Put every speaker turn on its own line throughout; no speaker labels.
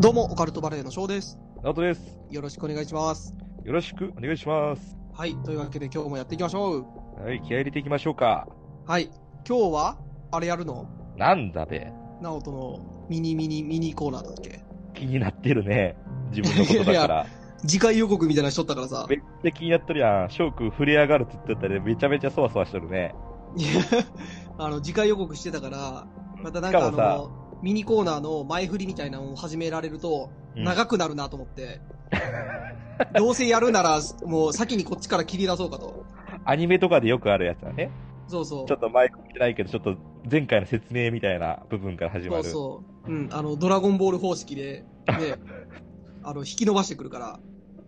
どうも、オカルトバレーの翔です。
直人です。
よろしくお願いします。
よろしくお願いします。
はい、というわけで今日もやっていきましょう。
はい、気合い入れていきましょうか。
はい、今日は、あれやるの
なんだべ。
ナオトのミニミニミニコーナーだっけ
気になってるね。自分のことだから。
次回予告みたいなのしとったからさ
め。っちゃ気になっとるやん。翔くん触れ上がるって言ってたらめちゃめちゃそわそわしとるね。
いや あの、次回予告してたから、またなん
し
かあ
かもさ
の、ミニコーナーの前振りみたいなのを始められると、
うん
長くなるなと思って。どうせやるなら、もう先にこっちから切り出そうかと。
アニメとかでよくあるやつだね。
そうそう
ちょ。っとマイク見てないけど、ちょっと前回の説明みたいな部分から始ま
そう
る。
そう。うん、あの、ドラゴンボール方式で、 ね、あの、引き伸ばしてくるから。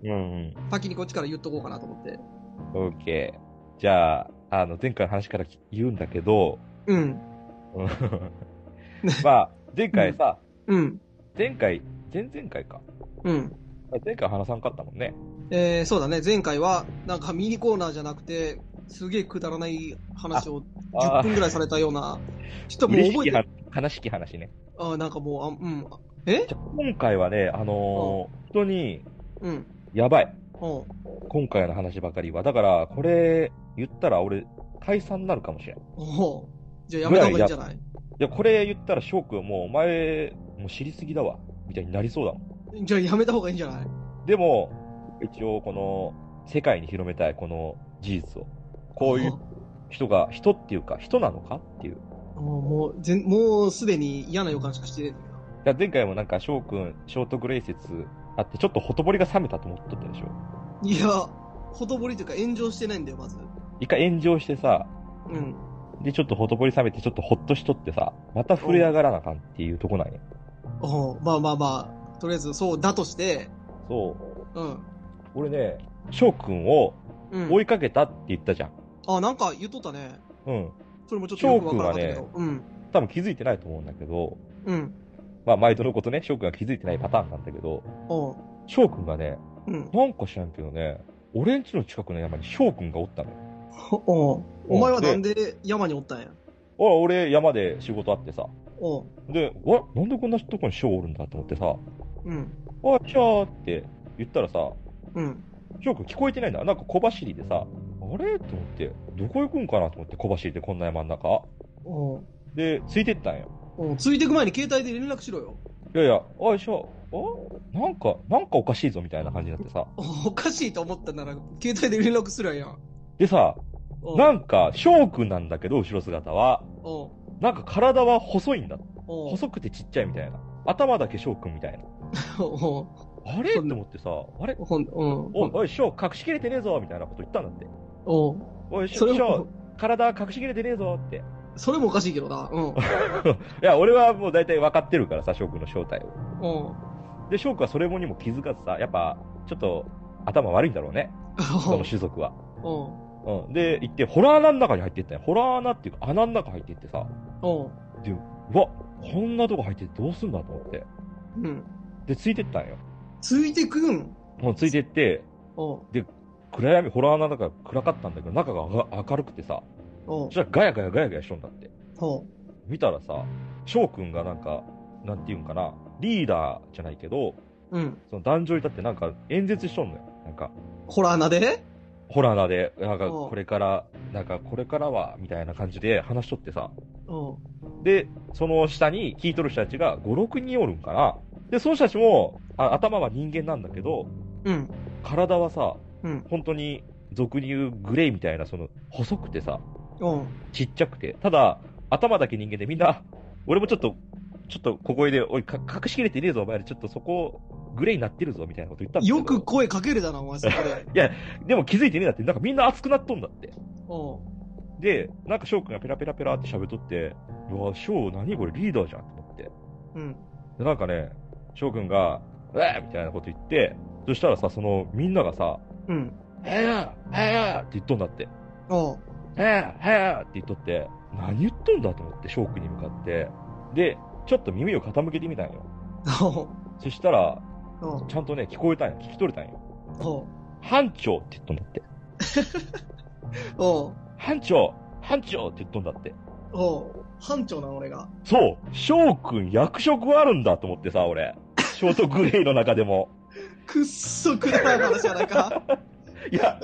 うん
先にこっちから言っとこうかなと思って。
うん。オッケー。じゃあ、あの、前回の話から言うんだけど、
うん。
うん まあ、前回さ、
うん。
前回、前々回か。
うん。
前回話さんかったもんね。
えー、そうだね。前回は、なんかミニコーナーじゃなくて、すげえくだらない話を10
あ
分ぐらいされたような。ちょっともう
嬉し
覚
き
えて
話、悲しき話ね。
あーなんかもう、あうん。あ
じゃ今回はね、あのー本当に、
うん。
やばい。
うん。
今回の話ばかりは。だから、これ、言ったら俺、解散になるかもしれん。い
おうじゃあやめた方がいいんじゃない
や、これ言ったら翔くんもう、お前、もう知りすぎだわ。みたいになりそうだもん。
じゃあやめた方がいいんじゃない
でも、一応、この、世界に広めたい、この事実を。こういう人が、人っていうか、人なのかっていう。
おもう、全もうすでに嫌な予感しかしてねえんだけど。
いや前回もなんか翔くん、ショートグレイ説あって、ちょっとほとぼりが冷めたと思っとったでしょ。
いや、ほとぼりというか炎上してないんだよ、まず。
一回炎上してさ、
うん。
で、ちょっとほとぼり冷めて、ちょっとほっとしとってさ、また触れ上がらなあかんっていうとこなんや。
おうまあまあまあ、とりあえずそうだとして、
そう。
うん。
俺ね、翔くんを
うん。
追いかけたって言ったじゃん。
あ、なんか言っとったね。
うん。
それもちょっとよくわからなかったけ
チョ
ど。うん。
多分気づいてないと思うんだけど、
うん。
まあ、毎度のことね、翔くんが気づいてないパターンなんだけど、
おう
翔くんがね、
うん。
なんか知らんけどね、俺ん家の近くの山に翔くんがおったのよ。
おうお前はなんで山におったんや。
あ俺、山で仕事あってさ。
おう
で、わ、なんでこんなとこに翔おるんだと思ってさ、
うん。
おい、翔って言ったらさ、
うん。
翔くん聞こえてないんだ。なんか小走りでさ、あれと思って、どこ行くんかなと思って小走りでこんな山の中。
おう
で、ついてったんよ。
おうついてく前に携帯で連絡しろよ。
いやいや、おい翔、おなんか、なんかおかしいぞみたいな感じになってさ。
おうおかしいと思ったなら、携帯で連絡すりゃいいやん。
でさ、
おう
なんか翔くんなんだけど、後ろ姿は。
おう
なんか体は細いんだ。
おう
細くてちっちゃいみたいな。頭だけ翔くんみたいな。
おう
あれ
そ
と
んな
思ってさ、あれ
ほんうん。
おい、おい、翔、隠しきれてねえぞみたいなこと言ったんだって。
おう
おい、
それ
翔、
も
翔、体隠しきれてねえぞって。
それもおかしいけどな。うん。
いや、俺はもう大体分かってるからさ、翔くんの正体を。
お う
で、翔くんはそれもにも気づかずさ、やっぱ、ちょっと、頭悪いんだろうね。その種族は。
おう
うん。で、行って、ホラー穴の中に入っていったよ。ホラー穴っていうか、穴の中入っていってさ、
おう
で、うわ、こんなとこ入ってどうすんだと思って。
うん。
で、ついてったんよ。
ついてくん。
もうついてって、
おう
暗闇、ホラー穴の中暗かったんだけど、中が明明るくてさ、
おう
そしたらガヤガヤガヤガヤしとんだって。
おう
見たらさ、翔くんがなんか、なんていうんかな、リーダーじゃないけど、
うん。
その壇上に立ってなんか演説しとんのよ。なんか、
ホラー穴で
ホラー穴で、なんか
うん
これから、なんかこれからは、みたいな感じで話しとってさ、
おう
で、その下に聞いとる人たちが5、6人おるんかな。で、その人たちも、あ頭は人間なんだけど、
うん。
体はさ、
うん。
本当に俗に言うグレーみたいな、その、細くてさ、
おう
ちっちゃくて、ただ、頭だけ人間でみんな、俺もちょっと、ちょっと小声で、おい、か隠しきれてねえぞ、お前ら、ちょっとそこ、グレーになってるぞ、みたいなこと言ったんだけど
よく声かけるだな、お前そこで。
でも気づいてねえだって、なんかみんな熱くなっとんだって。
おう
で、なんか翔くんがペラペラペラって喋っとって、うわ、翔何これリーダーじゃんと思って。
うん。
で、なんかね、翔くんが、うわーみたいなこと言って、そしたらさ、その、みんながさ、
うん。
へやへやって言っとんだって。
ああ。
へやへやって言っとって、何言っとんだと思って、翔くんに向かって。で、ちょっと耳を傾けてみたんよ。
あ
そしたら、
あ。あ
ちゃんとね、聞こえたんよ。聞き取れたんよ。
あ。
班長って言っとんだって。
おう
班長班長って言っとんだって。
おう班長な俺が。
そう翔くん役職あるんだと思ってさ、俺。ショートグレーの中でも。
くっそくだらない話やないか。
いや、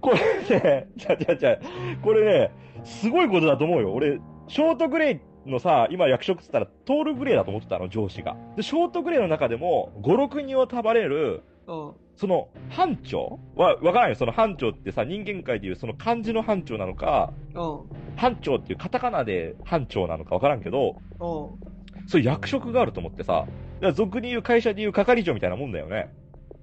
これね、じゃじゃじゃこれね、すごいことだと思うよ。俺、ショートグレーのさ、今役職っつったら、トールグレーだと思ってたの、上司が。で、ショートグレーの中でも、5、6人を束ねる、
おう
その、班長わ、わからんよ。その班長ってさ、人間界でいうその漢字の班長なのか、
おう
班長っていうカタカナで班長なのかわからんけど、
おう
そういう役職があると思ってさ、だから俗に言う会社で言う係長みたいなもんだよね。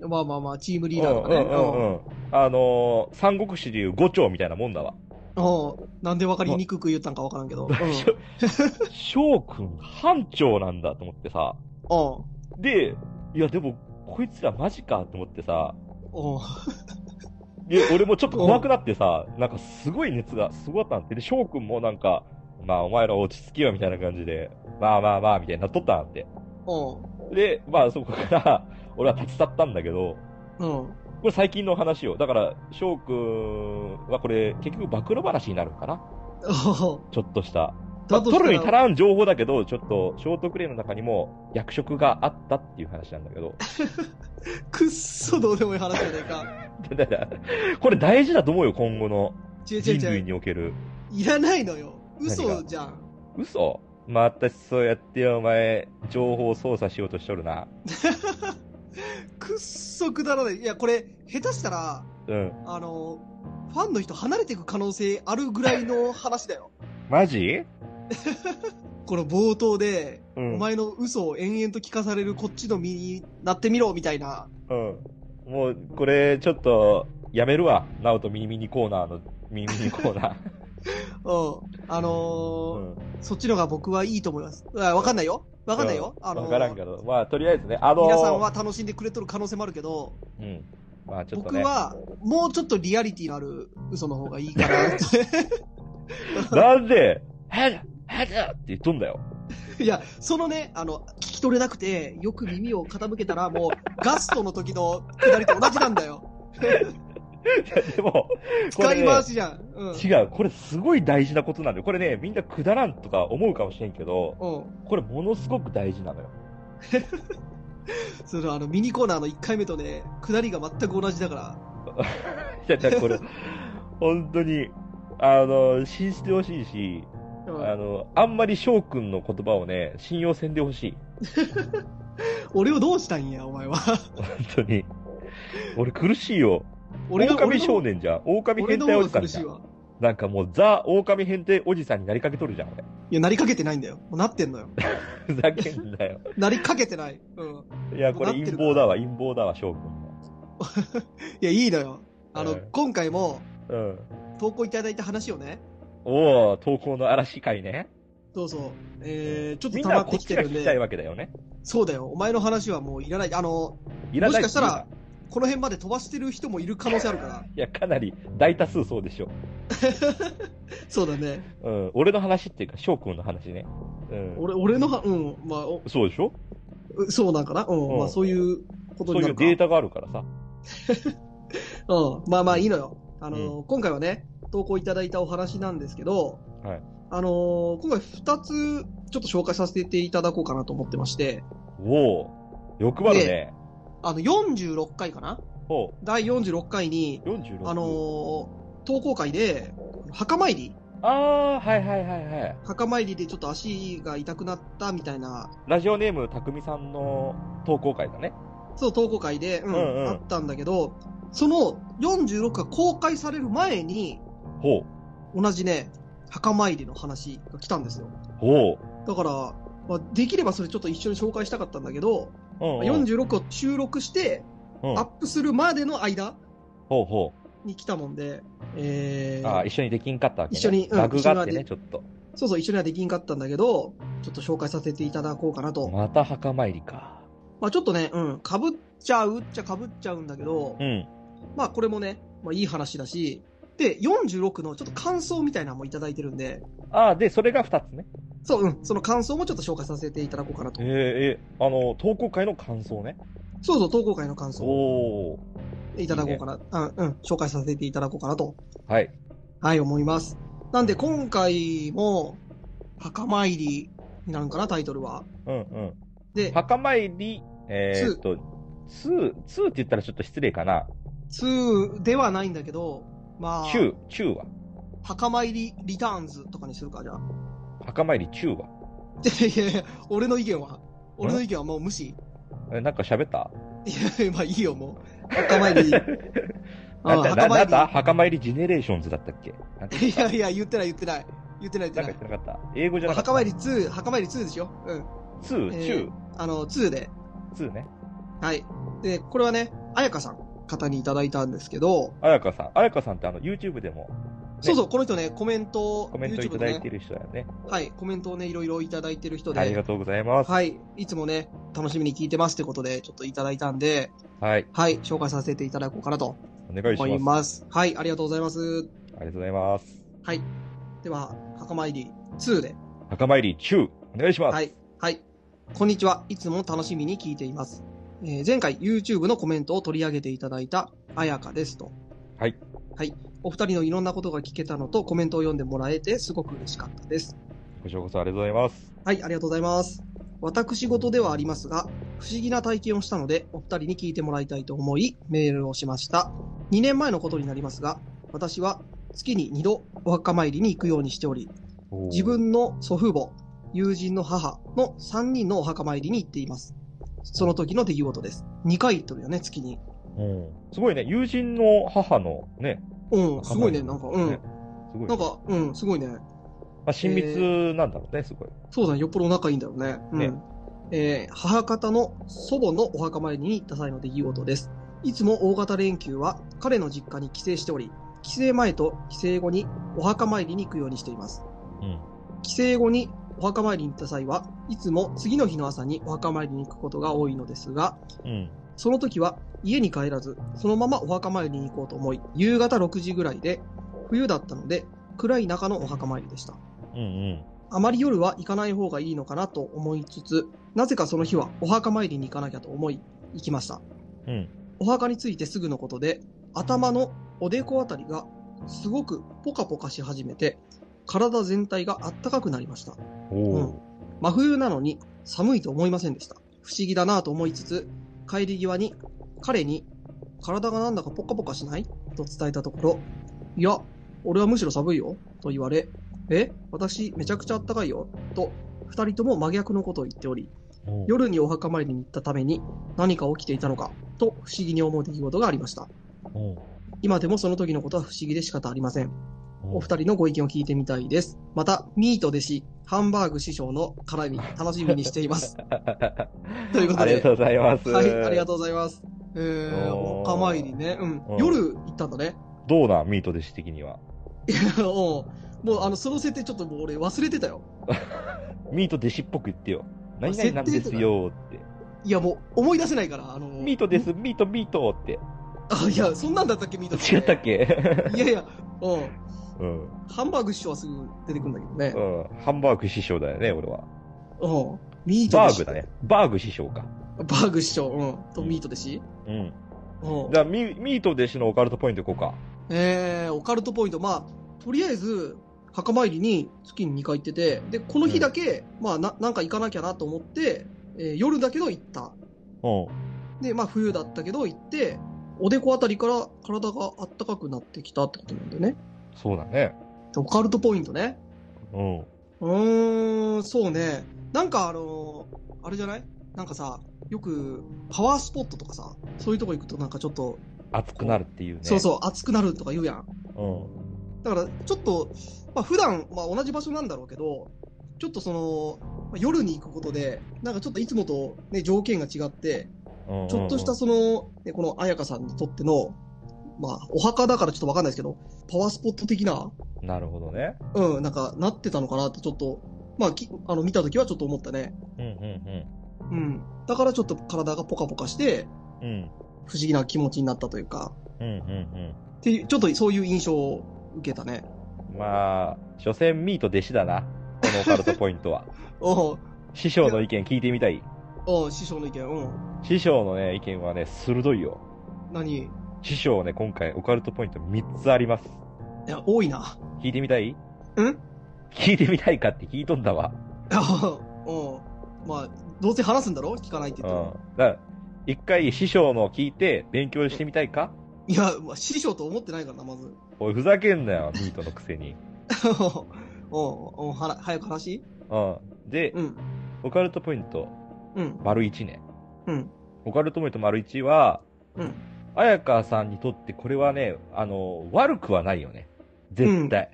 まあまあまあ、チームリーダーとかね。
うんうんうんうん。あのー三国志で言う五長みたいなもん だわ。
おうおうなんで分かりにくく言ったんか分からんけど。うん
翔くん、班長なんだと思ってさ。
おう
で、いやでも、こいつらマジかと思ってさ。
おう
いや、俺もちょっと怖くなってさ、なんかすごい熱がすごかったんで、で翔くんもなんか、まあお前ら落ち着きよみたいな感じで、まあまあまあみたいになっとったなって。
おう
で、まあそこから、俺は立ち去ったんだけど、
うん。
これ最近の話よ。だから、翔くんはこれ、結局暴露話になるんかな
おう
ちょっとした。
だ
まあ、
と
取
した
るに
ら
足らん情報だけど、ちょっと、ショートクレームの中にも、役職があったっていう話なんだけど。
くっそどうでもいい話やないか。
だからこれ大事だと思うよ、今後の
違う違う
人
違
類
う。
における。
いらないのよ。
何が
嘘じゃん。
嘘またそうやってお前、情報操作しようとしとるな。
くっそくだらない。いや、これ、下手したら、
うん。
あの、ファンの人離れていく可能性あるぐらいの話だよ。
マジ
この冒頭で、
うん。
お前の嘘を延々と聞かされるこっちの身になってみろ、みたいな。
うん。もう、これ、ちょっと、やめるわ。ナオとミニミニコーナーの、ミニミニコーナー。
うん。あ
う
のー
ん。
そっちのが僕はいいと思います。あわかんないよ。わかんないよ。あのー
わからんけど。まあ、とりあえずね、あのー
皆さんは楽しんでくれとる可能性もあるけど、
うん。まあ、ちょっと
僕
ね。
は、もうちょっとリアリティのある嘘の方がいいかな って。
なんで、はだ、はだって言っとんだよ。
いや、そのね、あの、聞き取れなくて、よく耳を傾けたら、もう、ガストの時のくだりと同じなんだよ。
いやでも、こ
使
れ
い
ね、
回しじゃん。うん。
違う、これすごい大事なことなんだよ。これね、みんなくだらんとか思うかもしれんけど、
うん。
これものすごく大事なのよ。
その、あの、ミニコーナーの1回目とね、くだりが全く同じだから。
いやだから これ、本当に、あの、信じてほしいし、
うん
あの、あんまり翔くんの言葉をね、信用せんでほしい。
俺をどうしたんや、お前は。
本当に。俺苦しいよ。
俺が
狼少
年
年じゃん。狼
俺
変
の
態
方が
おじさん
苦
じ
し
ゃ
い
ん。
わ。
なんかもう、ザ・狼変態おじさんになりかけとるじゃん、俺。
いや、なりかけてないんだよ。もうなってん のよ。
ふざけんなよ。
なりかけてない。うん。
いや、これ
なってる
陰謀だわ、陰謀だわ、翔くんも。
いや、いいのよ。あの、
ええ
今回も、
うん。
投稿いただいた話をね、
おお投稿の嵐会ね。
どうぞ、えー、ちょっと
みん
溜
な
ま
は
っ
こ
て
っ
き
ち
て
が
る
聞
ん
きたい
で、
わけだよね。
そうだよ、お前の話はもういらない。あの、
いらな
も
い
しかしたら
っていう
この辺まで飛ばしてる人もいる可能性あるから。
ないや、かなり大多数そうでしょ。
そうだね。
うん。俺の話っていうか、翔くんの話ね。うん。
俺、俺のは、うん、まあ、お
そうでしょ
そうなんかな。うん、
うん
まあ、そういうこと
そ
に
う
ないる
う
か。
データがあるからさ。
うん、まあまあいいのよ。あの、今回はね、投稿いただいたお話なんですけど、
はい
あのー今回2つ、ちょっと紹介させていただこうかなと思ってまして、
おお欲張るね。
あの、46回かな
ほ
第46回に、
う、46。
あのー投稿会で、墓参り、
あー、はいはいはいはい。
墓参りでちょっと足が痛くなったみたいな、
ラジオネーム、たくみさんの投稿会だね。
そう、投稿会で、うん、
うんうん
あったんだけど、その46が公開される前に、
ほう。
同じね、墓参りの話が来たんですよ。
ほ
だから、まあ、できればそれちょっと一緒に紹介したかったんだけど、
う。うん、うん。
46を収録して、
うん
アップするまでの間
ほうほ
に来たもんで、えー
あー一緒にできんかったわけ、ね。
一緒にうん
ラグがあってね、
一
ちょっと。
そうそう、一緒にはできんかったんだけど、ちょっと紹介させていただこうかなと。
また墓参りか。
まあちょっとね、うん、かぶっちゃうっちゃかぶっちゃうんだけど、
うん。
まあこれもね、まあいい話だし、で、46のちょっと感想みたいなのもいただいてるんで、
ああ、で、それが二つね。
そう、うん、その感想もちょっと紹介させていただこうかなと
え。ええあの、投稿会の感想ね。
そうそう、投稿会の感想を
おお。
いただこうかな、うん、うん、紹介させていただこうかなと、
はい。
はい、思います。なんで今回も、墓参りになるんかな、タイトルは。
うんうん。
で、
墓参り、えー、っと、2、2って言ったらちょっと失礼かな。
2ではないんだけど、まあ、
中、中は。
墓参りリターンズとかにするか、じゃあ。
墓参り中は。
いやいやいや、俺の意見は、俺の意見はもう無視。い
え、なんか喋った
やいや、まあいいよ、もう。墓参 り。あ
なんだ、ななんだ
墓
墓参りジェネレーションズだったっけなんか
参り。いやいや、言ってない、言ってない。言ってない、言
な
っ
ん
て
か言
な
ってなかった。英語じゃ
い。
なかった。
墓参り2、墓参り2でしょうん。
2、
えー
中、
あの、2で。
2ね。
はい。で、これはね、あやかさん、方にいただいたんですけど、
あやかさん。あやかさんってあの、YouTube でも
そうそう、この人ね、コメントを、
コメントい
YouTube で
ただい
ね
て、る人だよね。
はい、コメントをね、いろいろいただいてる人
あり
で
が、とうございます。
はい、いつもね、楽しみに聞いてますってことで、ちょっといただいたんで、
はい。
はい、紹介させていただこうかなと
お願いし
思い
ます。
ます。はい、ありがとうございます。
ありがとうございます。
はい。では、墓参り2で。
墓参り中、お願いします。
はい。はい。こんにちは。いつも楽しみに聞いています。えー前回 YouTube のコメントを取り上げていただいたあやかですと。
はい。
はい。お二人のいろんなことが聞けたのとコメントを読んでもらえてすごく嬉しかったです。
ご視聴こそありがとうございます。
はい、ありがとうございます。私事ではありますが、不思議な体験をしたので、お二人に聞いてもらいたいと思い、メールをしました。2年前のことになりますが、私は月に2度お墓参りに行くようにしており、
おー
自分の祖父母、友人の母の3人のお墓参りに行っています。その時の出来事です。2回行ってるよね、月に。
うんすごいね、友人の母のね、
うん、すごいね、な
墓
んか、
参
うん
りね。すごい。
な
ま
んか、うん、すごいね。
あ、親密なんだろうね、すごい。
そうだね、よっぽど仲いいんだよね。うん。
ね
えー母方の祖母のお墓参りに行った際の出来事です。いつも大型連休は彼の実家に帰省しており、帰省前と帰省後にお墓参りに行くようにしています。
うん。
帰省後にお墓参りに行った際はいつも次の日の朝にお墓参りに行くことが多いのですが、
うん。
その時は家に帰らず、そのままお墓参りに行こうと思い、夕方6時ぐらいで、冬だったので、暗い中のお墓参りでした。
うん
あまり夜は行かない方がいいのかなと思いつつ、なぜかその日はお墓参りに行かなきゃと思い、行きました。
うん。うん。
お墓についてすぐのことで、頭のおでこあたりがすごくポカポカし始めて、体全体があったかくなりました。
お
うん真冬なのに寒いと思いませんでした。不思議だなぁと思いつつ、帰り際に彼に体がなんだかポカポカしないと伝えたところ、いや、俺はむしろ寒いよと言われ、え、私めちゃくちゃ暖かいよと二人とも真逆のことを言っており、
お。
夜にお墓参りに行ったために何か起きていたのかと不思議に思う出来事がありました。
お
今でもその時のことは不思議で仕方ありません。お
お
二人のご意見を聞いてみたいです。また、ミート弟子、ハンバーグ師匠の絡み、楽しみにしています。 ということ
ありがと
で。
うございます。
はい、ありが
と
とうございます。えー、お
おー
墓参りね。うん
う。ん
夜行ったんだね。
う。どうな、ミート弟子的には。
うんもう、あの、その設定ちょっともう俺忘れてたよ。
ミート弟子っぽく言ってよ。何々なんですよって。
いや、もう思い出せないから、あの
ミートです、ミート、ミートって。
あ、いや、そんなんだったっけ、ミート
違ったっけ
いやいや、うん。
うん。
ハンバーグ師匠はすぐ出てくるんだけどね。
うん。ハンバーグ師匠だよね、俺は。
うん。ミート
バ
弟
ー
子
グだ。ね。バーグ師匠か。
バーグ師匠、うん。とミート弟子。
うん。
うん
じ。ゃあ、ミミート弟子のオカルトポイントいこうか。
えー、オカルトポイント、まあ、とりあえず、墓参りに月に2回行ってて、で、この日だけ、まあな、なんか行かなきゃなと思って、えー夜だけど行った。
うん。
で、まあ、冬だったけど行って、おでこあたりから体があったかくなってきたってことなんだよね。
そうだね。
でオカルトポイントね。
うん。
うーん、そうね。なんかあのーあれじゃないなんかさ、よく、パワースポットとかさ、そういうとこ行くとなんかちょっと、
熱くなるっていうね。
そうそう、熱くなるとか言うやん。
う。
だから、ちょっと、まあ、普段、まあ、同じ場所なんだろうけど、ちょっとその、まあ夜に行くことで、なんかちょっといつもと、ね、条件が違って、
うん。
ちょっとしたそ
そ
の、ねこの彩香さんにとっての、まあ、お墓だからちょっとわかんないですけど、パワースポット的な、
なるほどね。
うん、なんか、なってたのかなって、ちょっと、まあ、きあの見たときはちょっと思ったね。
うんうん
うん。だからちょっと体がポカポカして、
うん。うん。
不思議な気持ちになったというか、
うんうん
っていう、ちょっとそういう印象を受けたね。
うん。まあ、所詮ミート弟子だな。このオカルトポイン トは。
おう
師匠の意見聞いてみたい。
おう師匠の意見、うん。
師匠のね、意見はね、鋭いよ。
何い
師匠ね、今回オカルトポイント3つあります。
や、多いな。
聞いてみたい
うん
聞いてみたいかって聞いとんだわ。
うん。まあ、どうせ話すんだろ聞かないって
うん。だ
言っても。
から一回師匠の聞いて勉強してみたいか
いや、まあ、師匠と思ってないからな、まず。
おい、ふざけんなよ、ミートのくせに。
おうん、うん、はら早く話
うん。で、
うん、
オカルトポイント
うん、
丸1ね。
うん。
オカルトポイント丸1は、
うん。
彩香さんにとってこれはね、あの、悪くはないよね。絶対。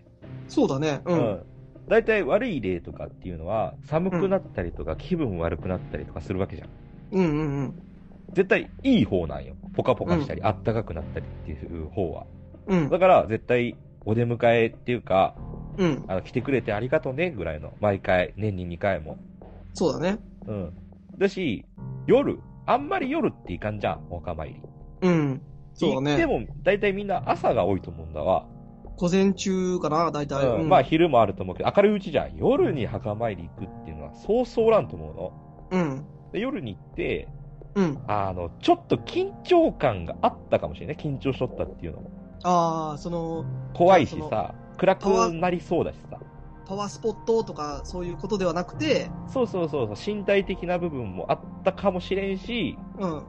そうだね、うん。うん、
大体悪い例とかっていうのは、寒くなったりとか、気分悪くなったりとかするわけじゃん。
うん、うん、
絶対いい方なんよ。ポカポカしたり、あったかくなったりっていう方は。
うん、
だから、絶対、お出迎えっていうか、
うん、
あの、来てくれてありがとうね、ぐらいの。毎回、年に2回も。
そうだね。
うん。だし、夜、あんまり夜っていかんじゃん、お墓参り。
うん、そうだね。
でも、大体みんな朝が多いと思うんだわ。
午前中かな、大体。
うん
うん、
まあ、昼もあると思うけど、明るいうちじゃん。夜に墓参り行くっていうのは、そうそうおらんと思うの。
うん、
で夜に行って、
うん。
あの、ちょっと緊張感があったかもしれない。緊張しとったっていうのも。
ああ、その、
怖いし
じゃあそ
さ、暗くなりそうだしさ。
パワースポットとか、そういうことではなくて、
そうそうそうそう、身体的な部分もあったかもしれんし、
うん、
ま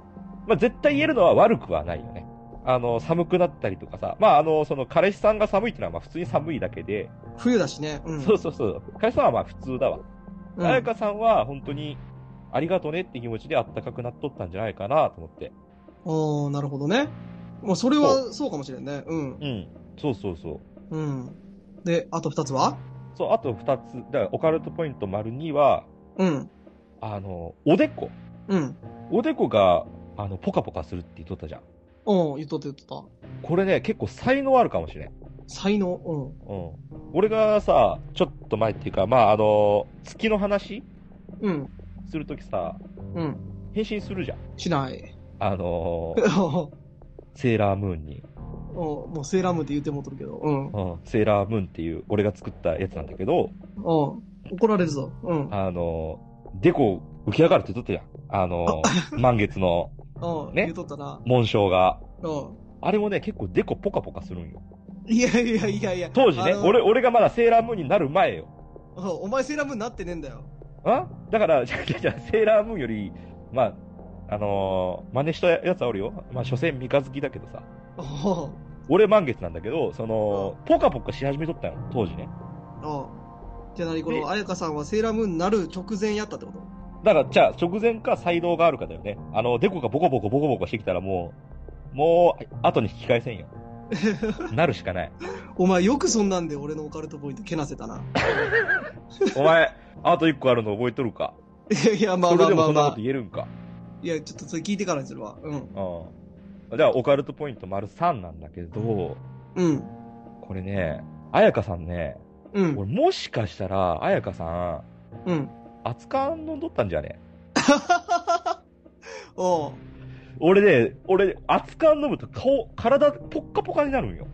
あ、絶対言えるのは悪くはないよね。あの、寒くなったりとかさ、まあ、あの、その、彼氏さんが寒いっていうのは、まあ、普通に寒いだけで、
冬だしね。うん。
そうそうそう、彼氏さんはまあ、普通だわ。
うん
彩香さんは、本当に、ありがとうねって気持ちであったかくなっとったんじゃないかなと思って。
ああ、なるほどね。まあ、それはそうかもしれんね。うん。
うん。そうそうそう。
うん。で、あと二つは
そう、あと二つ、だから、オカルトポイント丸2は、
うん。
あの、おでこ。
うん。
おでこが、あの、ポカポカするって言っとったじゃん。
うん、言っとった言っとっ
これね、結構才能あるかもしれん。
た。才能。うん。
うん。俺がさ、ちょっと前っていうか、まあ、あの、月の話
うん。
するときさ、
うん。
変身するじゃん。
しない。
あの
う、ん
セーラームーンに。
もうセーラームーンって言ってもうとるけど。うん。うん。
うん。セーラームーンっていう、俺が作ったやつなんだけど、
怒られるぞ。うん。
あの、デコ浮き上がるって言っとったやん。あの、 満月の
うん。
ね
言っとったな。
紋章が。
う
あれもね、結構デコポカポカするんよ。
ん。いやいやいやいや。
当時ね、
あの
俺、俺がまだセーラームーンになる前よ。
うんお前セーラームーンなってねえんだよ。
あだから、じゃあじゃあじゃあセーラームーンより、まあ、あのー真似したやつはおるよ。まあ、所詮三日月だけどさ。
うん。
俺満月なんだけど、その、ポカポカし始めとったよ、当時ね。
うん。じゃあ何こ
で
の、彩香さんはセーラームーンなる直前やったってこと
だから、じゃあ、直前か才能があるかだよね。あの、デコがボコボコボコボコしてきたらもう、もう、後に引き返せ んよ。なるしかない。
お前よくそんなんで俺のオカルトポイントけなせたな。
お前、あと一個あるの覚えとるか。
いやいや、まあ
そ
ま
れ
あ
で
ま
も
あ
そん
ま
なこ
あ
と。言えるんか。
いや、ちょっとそれ聞いてからにするわ。うん。
うん。じゃあ、オカルトポイント丸3なんだけど、
うん。
これね、彩香さんね、
うん。
俺もしかしたら、彩香さん、
うん。
熱燗飲んどったんじゃね
おう。
俺ね、俺、熱燗飲むと顔、体、ポッカポカになる んよ。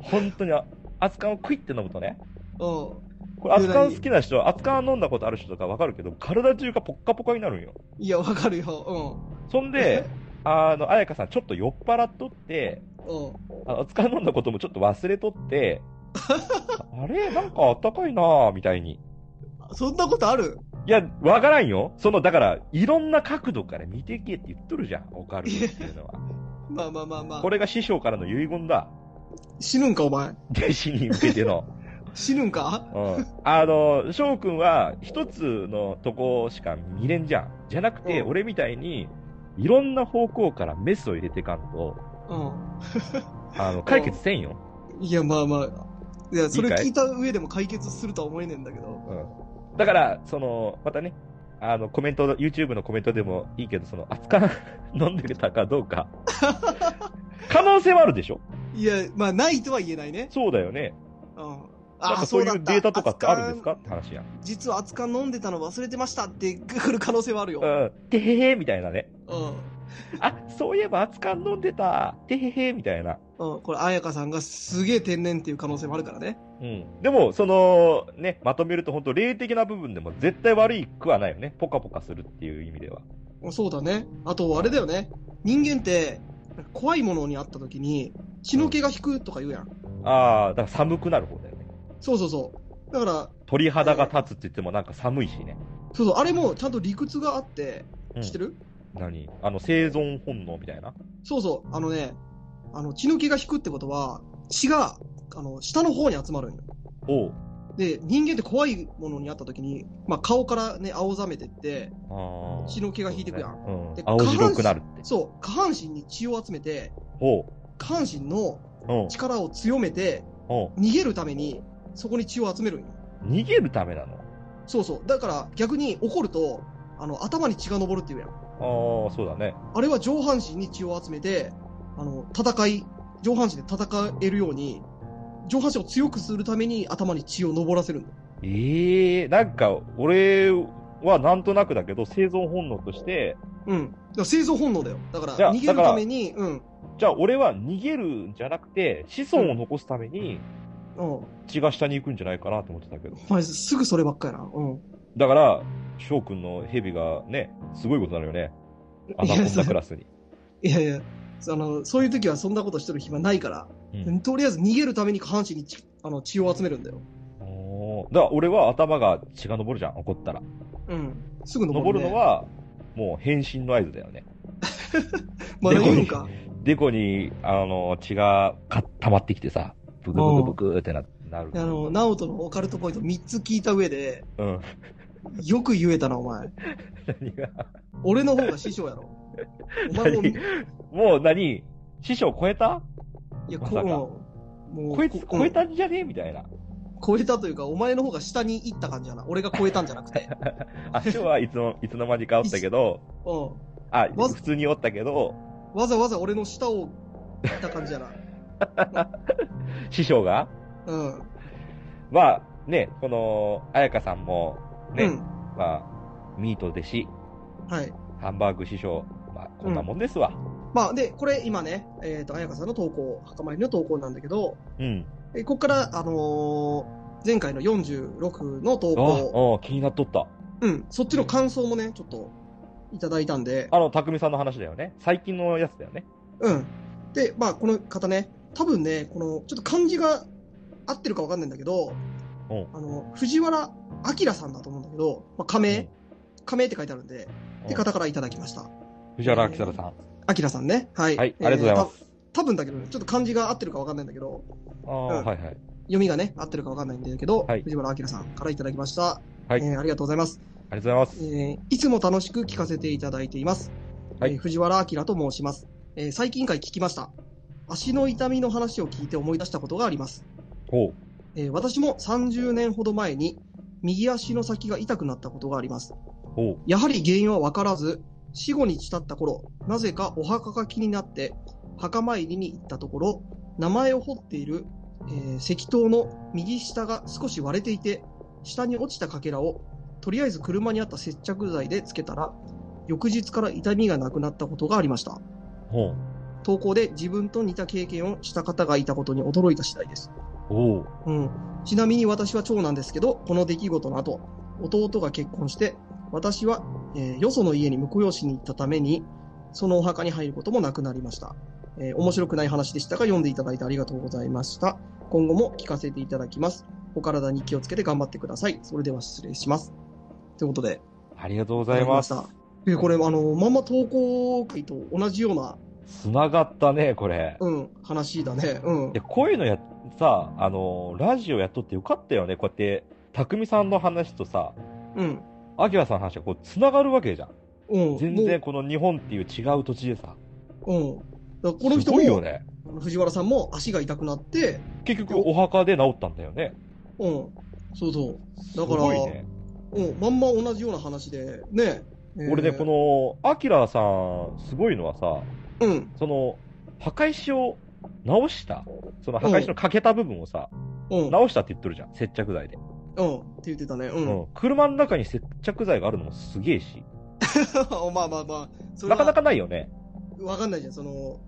本当に、あ熱燗をクイって飲むとね。
おう。
これ熱燗好きな人は、熱燗飲んだことある人とかわかるけど、体中がポッカポカになるんよ。
いや、わかるよ。
そんで、あの、彩香さんちょっと酔っ払っとって、
うん。おう。
あの、熱燗飲んだこともちょっと忘れ とって、あれなんかあったかいなぁ、みたいに。
そんなことある
いや、わからんよ。その、だから、いろんな角度から見てけって言っとるじゃん、オカルトっていうのは。
まあまあまあまあ。
これが師匠からの遺言だ。
死ぬんか、お前。
弟子に向けての。
死ぬんか
うん。あの、翔くんは一つのとこしか見れんじゃん。じゃなくて、
うん
俺みたいに、いろんな方向からメスを入れてかんと、
う
あの、解決せんよ。
ん。いや、まあまあ。いや、それ
いいかい
聞いた上でも解決するとは思えねえんだけど。
うん。だから、その、またね、あの、コメント、YouTube のコメントでもいいけど、その、熱燗飲んでたかどうか、可能性はあるでしょ
いや、まあ、ないとは言えないね。
そうだよね。
うん。
なんかそういうデータとかってあるんですかって話やん。
実は熱燗飲んでたの忘れてましたって来る可能性はあるよ。
うん。てへへみたいなね。
うん。
あ、そういえば熱燗飲んでた。てへへみたいな。
うん、これ、彩香さんがすげえ天然っていう可能性もあるからね。
うん。でも、その、ね、まとめると本当霊的な部分でも絶対悪い句はないよね。ポカポカするっていう意味では。
そうだね。あと、あれだよね。人間って、怖いものに会った時に、血の気が引くとか言うやん。
ああ、だから寒くなる方だよね。
そうそうそう。だから、
鳥肌が立つって言ってもなんか寒いしね。
そうそう、あれもちゃんと理屈があって、
うん
知ってる、
何あの、生存本能みたいな。
そうそう、あのね、あの血の気が引くってことは、血があの下の方に集まるんよ。
おう。
で、人間って怖いものにあった時に、まあ、顔からね、青ざめてって、
ああ。
血の気が引いてくやん。
うん
で。
青白くなるって。
そう、下半身に血を集めて、
おう。
下半身の
うん。
力を強めて、
おう
逃げるために、そこに血を集めるんよ。
逃げるためなの
そうそう。だから逆に怒ると、あの、頭に血が昇るっていうやん。
ああ、そうだね。
あれは上半身に血を集めて、あの、戦い、上半身で戦えるように、上半身を強くするために頭に血を昇らせるんだ。
ええなんか、俺はなんとなくだけど、生存本能として、
うん。だから生存本能だよ。だから
いや
逃げ
だ
る
から
ために、うん。
じゃあ俺は逃げるんじゃなくて、子孫を残すために
うん。お
血が下に行くんじゃないかなと思ってたけど。
前すぐそればっかやな。うん。
だから、翔くんの蛇がね、すごいことになるよね。アナコンダクラスに。
いやいや、あの、そういう時はそんなことしてる暇ないから、
うん
とりあえず逃げるために下半身に血あの血を集めるんだよ。
おーだから俺は頭が血が昇るじゃん、怒ったら。
うん。すぐ
昇
登る、
る
ね。
のは、もう変身の合図だよね。
まだ言うんか。
デコに、あの、血がか溜まってきてさ、ブクブクブクってななる。
あの、ナオトのオカルトポイント3つ聞いた上で、
うん。
よく言えたな、お前。
何が
俺の方が師匠やろ。お前も、
何
い
もう何師匠超えた
や、
ま
こ
さか
う、もう、
こいつ
こ
超えたんじゃねみたいな。
超えたというか、お前の方が下に行った感じやな。俺が超えたんじゃなく て。
あ、師匠はいつの、いつの間にかおったけど、
う
あ、
わず
普通におったけど、
ん。わざわざ俺の下を行った感じやな。
師匠が
うん。
まあ、ね、この、彩香さんも、ね、
うん。
まあ、ミート弟子、
はい。
ハンバーグ師匠、まあ、こんなもんですわ。
まあ、で、これ今ね、えっ、と、彩香さんの投稿、墓参りの投稿なんだけど、
うん。
えここから、あのー前回の46の投
あ
稿、
あ、気になっとった。
うん、そっちの感想もね、ちょっと、いただいたんで、
あの、匠さんの話だよね。最近のやつだよね。
うん。で、まあ、この方ね、多分ね、この、ちょっと漢字が合ってるかわかんないんだけど
うん、
あの、藤原明さんだと思うんだけど、まあ、仮名、仮名って書いてあるんで、
うん
って方からいただきました。
藤原明さん。
明さんね。はい。。
はい、ありがとうございます
た多分だけどね、ちょっと漢字が合ってるかわかんないんだけど、
す。ああ、
うん
はいはい。
読みがね、合ってるかわかんないんだけど、
はい
藤原明さんからいただきました。
はい
えーありがとうございます。
ありがとうございます。
えーいつも楽しく聞かせていただいています。
はい
えー藤原明と申します、えー最近回聞きました。足の痛みの話を聞いて思い出したことがあります。
おう。
えー私も30年ほど前に右足の先が痛くなったことがあります。
おう。
やはり原因はわからず、死後に経った頃、なぜかお墓が気になって、墓参りに行ったところ、名前を掘っている、えー石塔の右下が少し割れていて、下に落ちたかけらを、とりあえず車にあった接着剤でつけたら、翌日から痛みがなくなったことがありました。
おう。
投稿で自分と似た経験をした方がいたことに驚いた次第です。
おう。
うん、ちなみに私は長男ですけど、この出来事の後、弟が結婚して、私は、えーよその家に婿養子に行ったために、そのお墓に入ることもなくなりました。えー面白くない話でしたが、読んでいただいてありがとうございました。今後も聞かせていただきます。お体に気をつけて頑張ってください。それでは失礼します。ということで、
ありがとうご
ご
ざいます。
た。えこれ、あの、まんま投稿会と同じような、
つながったね、これ。
うん、話だね。うん
い。や、こういうのや、さ、あのーラジオやっとってよかったよね。こうやって、匠さんの話とさ、
うん。
アキラさんの話がこう、つながるわけじゃん。
うん。
全然この日本っていう違う土地でさ。
もう。うん。だからこの人
す
も、
ごいよね。
あの藤原さんも足が痛くなって、
結局、お墓で治ったんだよね。
うん、そうそう、
す
だから
ごいね。
うん、まんま同じような話で、ね。えー
俺ね、こ、の、アキラさん、すごいのはさ、
うん、
その、墓石を直したその墓石の欠けた部分をさ、
うん。
直したって言っとるじゃん、接着剤で。
うん。って言ってたね。うん。
うん車の中に接着剤があるのもすげえし、
まあまあまあ。それ
な
は
かなかないよね。
わかんないじゃん。その、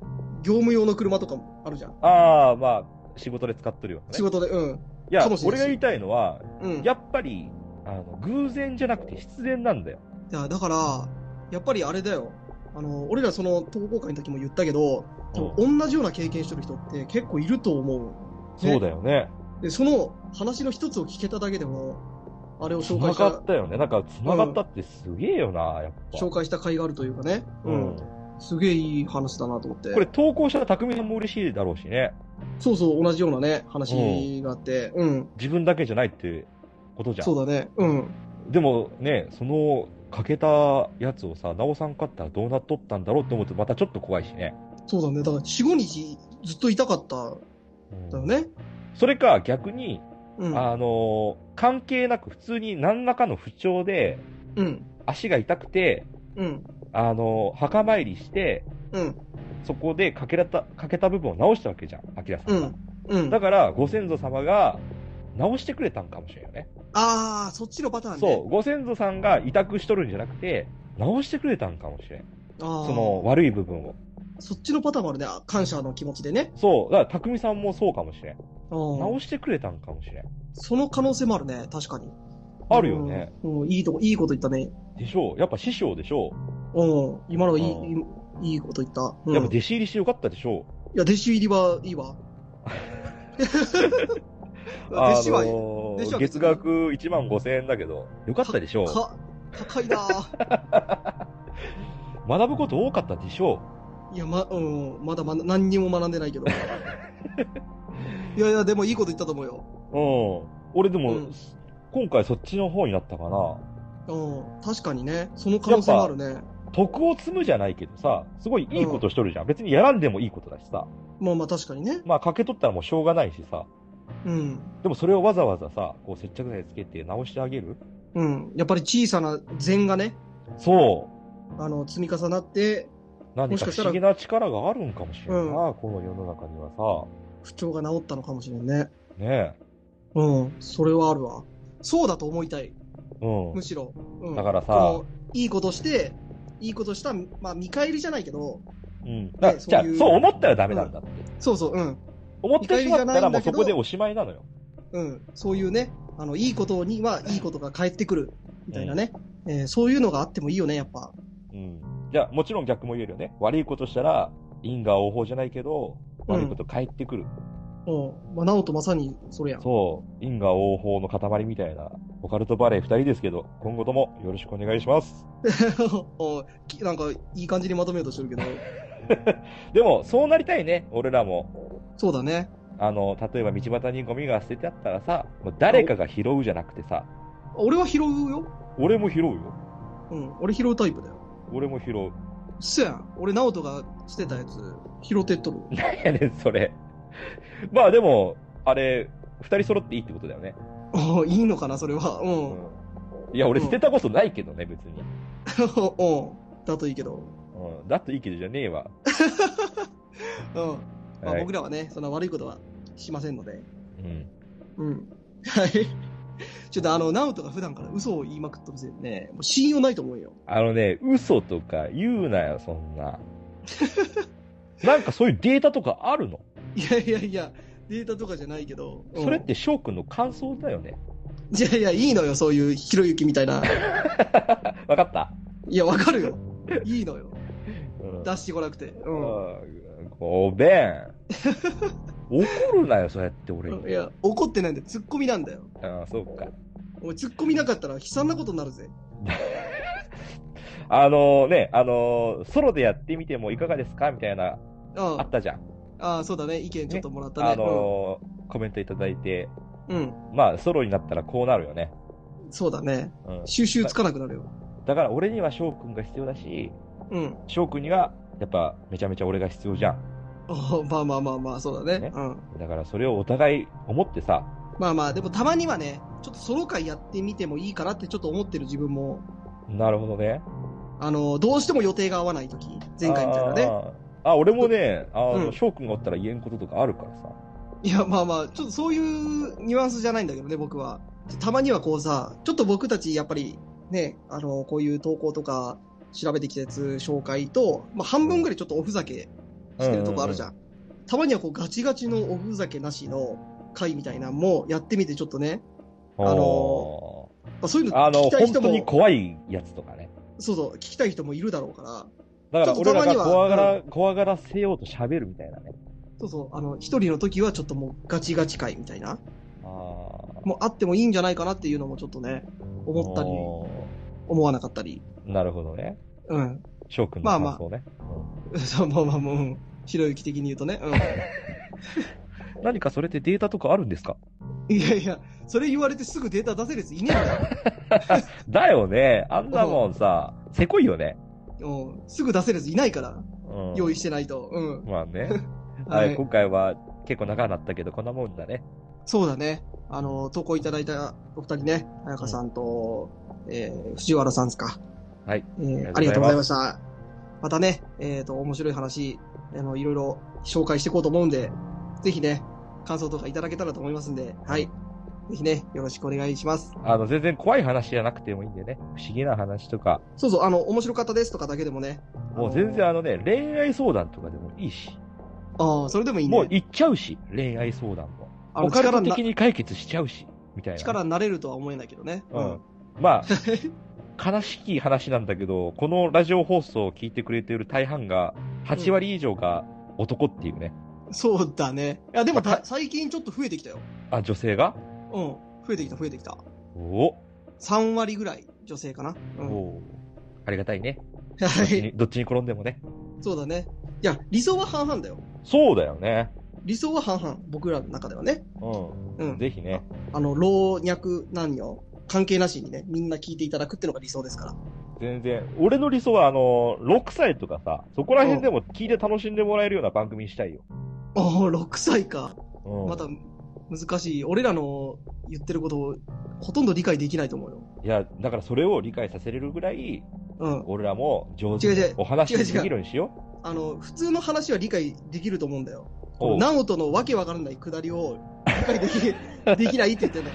業務用の車とかもあるじゃん。
ああ、まあ、仕事で使っとるような
仕
ね。
事で、うん。
いや
かもし、れん
俺
し
が言いたいのは、
うん。
やっぱり、あの、偶然じゃなくて必然なんだよ。
いや、だから、やっぱりあれだよ。あの、俺らその投稿会の時も言ったけど、
うん
同じような経験してる人って結構いると思う。
そうだよね。
で、その話の一つを聞けただけでも、あれを紹
繋
介し
が
た
っ、たよね。なんか、繋がったってすげえよな、やっぱ。
紹介した甲斐があるというかね。う
うん
ん。。すげえいい話だなと思って。
これ投稿した匠さんも嬉しいだろうしね。
そうそう、同じようなね、話があって。うん。
自分だけじゃないってことじゃん。
そうだね。うん。
でもね、その、欠けたやつをさ、直さんかったらどうなっとったんだろうって思うと、またちょっと怖いしね。
そうだね。だから、4、5日ずっと痛かったん
うん
だよね。
それか、逆に、
うん。
あのー関係なく普通に何らかの不調で
うん。
足が痛くて、
うん。
あのー墓参りして
うん。
そこで欠けた欠けた部分を直したわけじゃん、アキラさ
うん
が、
ん。うん。
だからご先祖様が直してくれたんかもしれんよね
ああ、そっちのパターンね。
そうご先祖さんが委託しとるんじゃなくて直してくれたんかもしれん
あー
その悪い部分を
そっちのパターンもあるね。あ感謝の気持ちでね。
そうだから匠さんもそうかもしれん
直
直してくれたんかもしれん
その可能性もあるね。確かに。
あるよね、
うん。うん、いいとこ、いいこと言ったね。
でしょうやっぱ師匠でしょ
うん。今のいい
あ、
いいいいこと言った。
う、
うん、
やっぱ
い
弟子入りしてよかったでしょ
や、弟子入りはいいわ。
う
弟子は、
あのー
弟子は別
月
に
額1万5千円だけどよかったでしょう
か、高いな ぁ
学ぶこと多かったでしょ
いや、ま、うん、まだまだ何にも学んでない けど。いやいや、でもいいこと言ったと思うよ。
う。うん。俺でも、
うん
今回そっちの方になったかな。
うん、確かにね。その可能性もあるね。
徳を積むじゃないけどさ、すごいいいことしとるじゃん。別にやらんでもいいことだしさ。
まあまあ確かにね。
まあ、かけ取ったらもうしょうがないしさ。
うん。
でもそれをわざわざさ、こう接着剤つけて直してあげる
うん。やっぱり小さな善がね、
そ
あの、積み重なって、
う。何
もし
か
か
不
した
思
ら
議な力があるんかもしれんな、この世の中には
不調が治ったのかもしれんね。
さ。ねえ。
うん、それはあるわ。そうだと思いたい。
うん
む。しろ。うん、
だからさ
このいいことして、いいことした、まあ、見返りじゃないけど、
うん。だ
ね
じゃあ
そういう
そう思ったらダメなんだって。
そうそう、うん、
思ってしまったらもう
見返りじゃないんだけ
そ
ど
こでおしまいなのよ。
うん、そういうね、あの、いいことには、いいことが返ってくる、みたいなね、えーそういうのがあってもいいよね、やっぱ。
うん。じゃあ、もちろん逆も言えるよね。悪いことしたら、因果応報じゃないけど、
うん
悪いこと返ってくる。
うん、まあ、なおとまさに、それやん。
そう、因果応報の塊みたいな、オカルトバレー二人ですけど、今後ともよろしくお願いします。
おきなんか、いい感じにまとめようとしてるけど、
でも、そうなりたいね、俺らも。
そうだね。
あの、例えば道端にゴミが捨ててあったらさ、もう誰かが拾うじゃなくてさ、
俺は拾うよ。
俺も拾うよ。
うん、俺拾うタイプだよ。
俺も拾う。
そやん。俺、ナオトが捨てたやつ、拾ってっとる。
何やねん、それ。まあでも、あれ、二人揃っていいってことだよね。
おいいのかな、それは。う。
うんん。いや、俺捨てたことないけどね、別に。
うん。だといいけど。
うん。だといいけどじゃねえわ。
うん。まあ、
はい
僕らはね、そんな悪いことはしませんので。
うん。
うん。はい。ちょっとあの、ナウトが普段から嘘を言いまくっとるせいでね、もう信用ないと思うよ。
あのね、嘘とか言うなよ、そん な。なんかそういうデータとかあるの
いやいやいや、データとかじゃないけど。うん
それって翔くんの感想だよね。
いやいや、いいのよ、そういうひろゆきみたい な。
わかった、
いや、わかるよ。いいのよ。
うん
出してこなくて。
う
うん
ご めん。怒るなよ、そうやって俺に。
ん。いや、怒ってないんだよ。ツッコミなんだよ。
ああ、そうか。
お前、ツッコミなかったら悲惨なことになるぜ。
あのね、あのーソロでやってみてもいかがですかみたいな、あ
あ
ったじゃん。
あ、ああそうだね。意見ちょっともらったね。
あのーコメントいただいて、
うん。うん
まあ、ソロになったらこうなるよね。
そうだね。
うん、
収集つかなくなるよ。
だから俺には翔くんが必要だし、
うん。
翔くんには、やっぱ、めちゃめちゃ俺が必要じゃん。
おまあまあまあまあ、そうだね。
ね
うん。
だからそれをお互い思ってさ、
まあまあ、でもたまにはね、ちょっとソロ会やってみてもいいかなってちょっと思ってる自分も、
なるほどね。
あの、どうしても予定が合わない時前回みたいなね。
あーあ、俺もね、あ
う
の、
ん
翔くんがおったら言えんこととかあるからさ。
いや、まあまあ、ちょっとそういうニュアンスじゃないんだけどね、僕は。たまにはこうさ、ちょっと僕たち、やっぱりね、あの、こういう投稿とか、調べてきたやつ紹介と、まあ、半分ぐらいちょっとおふざけしてるとこあるじゃん。たまにはこう、ガチガチのおふざけなしの回みたいなのもやってみて、ちょっとね、
あ
あ
の
まあ、そういうの
あの、
聞きたい
本
人
当に
も、
怖いやつとかね。
そうそう、聞きたい人もいるだろうから、
だから
ちょっと
俺
た
ら
まに
が
は
怖がら、怖がらせようと喋るみたいなね。
そうそう、あの、一人の時はちょっともうガチガチ回みたいな、
あ
もうあってもいいんじゃないかなっていうのもちょっとね、
ー
思ったり、
お
思わなかったり。
ーなるほどね。
うん。
翔くんの
まあまあ
感想ね。うん
そう、まあまあもう、うんひろゆき的に言うとね。う
何かそれってデータとかあるんですか
ん。 いやいや、それ言われてすぐデータ出せるやついねえんだよ。
だよね。あんなもんさ、せこいよね。
うん。すぐ出せるやついないから、
うん
用意してないと。うん。
まあね。
は。
はいい、今回は結構長くなったけど、こんなもんだね。
そうだね。あの、投稿いただいたお二人ね、彩香さんと、えー、藤原さんですか。
はい。
えーあ
あ
り
り
がと
がと
う
う
ござ
ござ
いま
いま
した。またね、えっ、と、面白い話、あの、いろいろ紹介していこうと思うんで、ぜひね、感想とかいただけたらと思いますんで、はい。ぜひね、よろしくお願いします。
あの、全然怖い話じゃなくてもいいんでね。不思議な話とか。
そうそう、あの、面白かったですとかだけでもね。
もう全然あのね、恋愛相談とかでもいいし。
あの。ああ、それでもいいね。
もう行っちゃうし、恋愛相談も。
あ
お
の
金
力にな
的、に解決しちゃうし、みたいな。
力になれるとは思えないけどね。
うん。。まあ、悲しき話なんだけど、このラジオ放送を聞いてくれている大半が、8割以上が男っていうね。
そうだね。いや、でも
わ
だ
か
最近ちょっと増えてきたよ。
あ、女性が
うん。増えてきた、増えてきた。
おお、
3割ぐらい女性かな。う
お
ん。は
おありがた いね。どっち
い。
にどっちに転んでもね。
そうだね。いや、理想は半々だよ。
そうだよね。
理想は半々。僕らの中ではね。
う
うん
ん。ぜひね。
あの、老若男女、関係なしにね、みんな聞いていただくってのが理想ですから。
全然。俺の理想は、あの、6歳とかさ、そこら辺でも聞いて楽しんでもらえるような番組にしたいよ。
ああ、6歳か。
うん。
また、難しい。俺らの言ってることを、ほとんど理解できないと思うよ。
いや、だからそれを理解させれるぐらい、
うん。
俺らも上手に
違う違う
お話
違う
で
違う
きるようにしよ
あの、普通の話は理解できると思うんだよ。
う。
こ
お
の
う
ナオトのわけわからないくだりを理解で き、できないって言ってんだ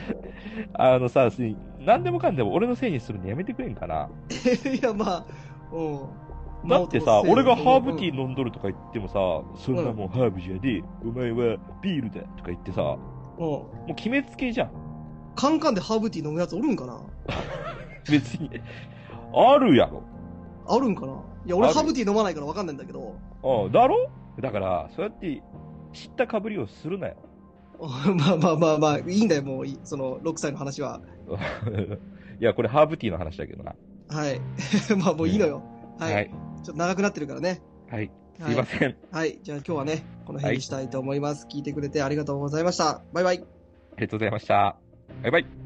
あのさ、す何でもかんでも俺のせいにするのやめてくれんかな。
よ。いや、まあ、うん。
だってさ、俺がハーブティ
ー。
ー飲んどるとか言ってもさ、そんなもんハーブじゃねえ、お前はビールだとか言ってさ、も
うん。うん
う決めつけじゃん。
カンカンでハーブティー飲むやつおるんかな
別に。 あるやろ。
あるんかないや、俺
ある
ハーブティー飲まないからわかんないんだけど。
うん、だろだから、そうやって知ったかぶりをするなよ。
うんまあまあまあまあ、いいんだよ、もういい。その、6歳の話は。
いや、これハーブティーの話だけどな。
はい。 まあもういいのよ。はい。
はい。
ちょっと長くなってるからね。
はい。
は
すいません。
はい。じゃあ今日はね、この辺にしたいと思います。聞いてくれてありがとうございました。バイバイ。
ありがとうございました。バイバイ。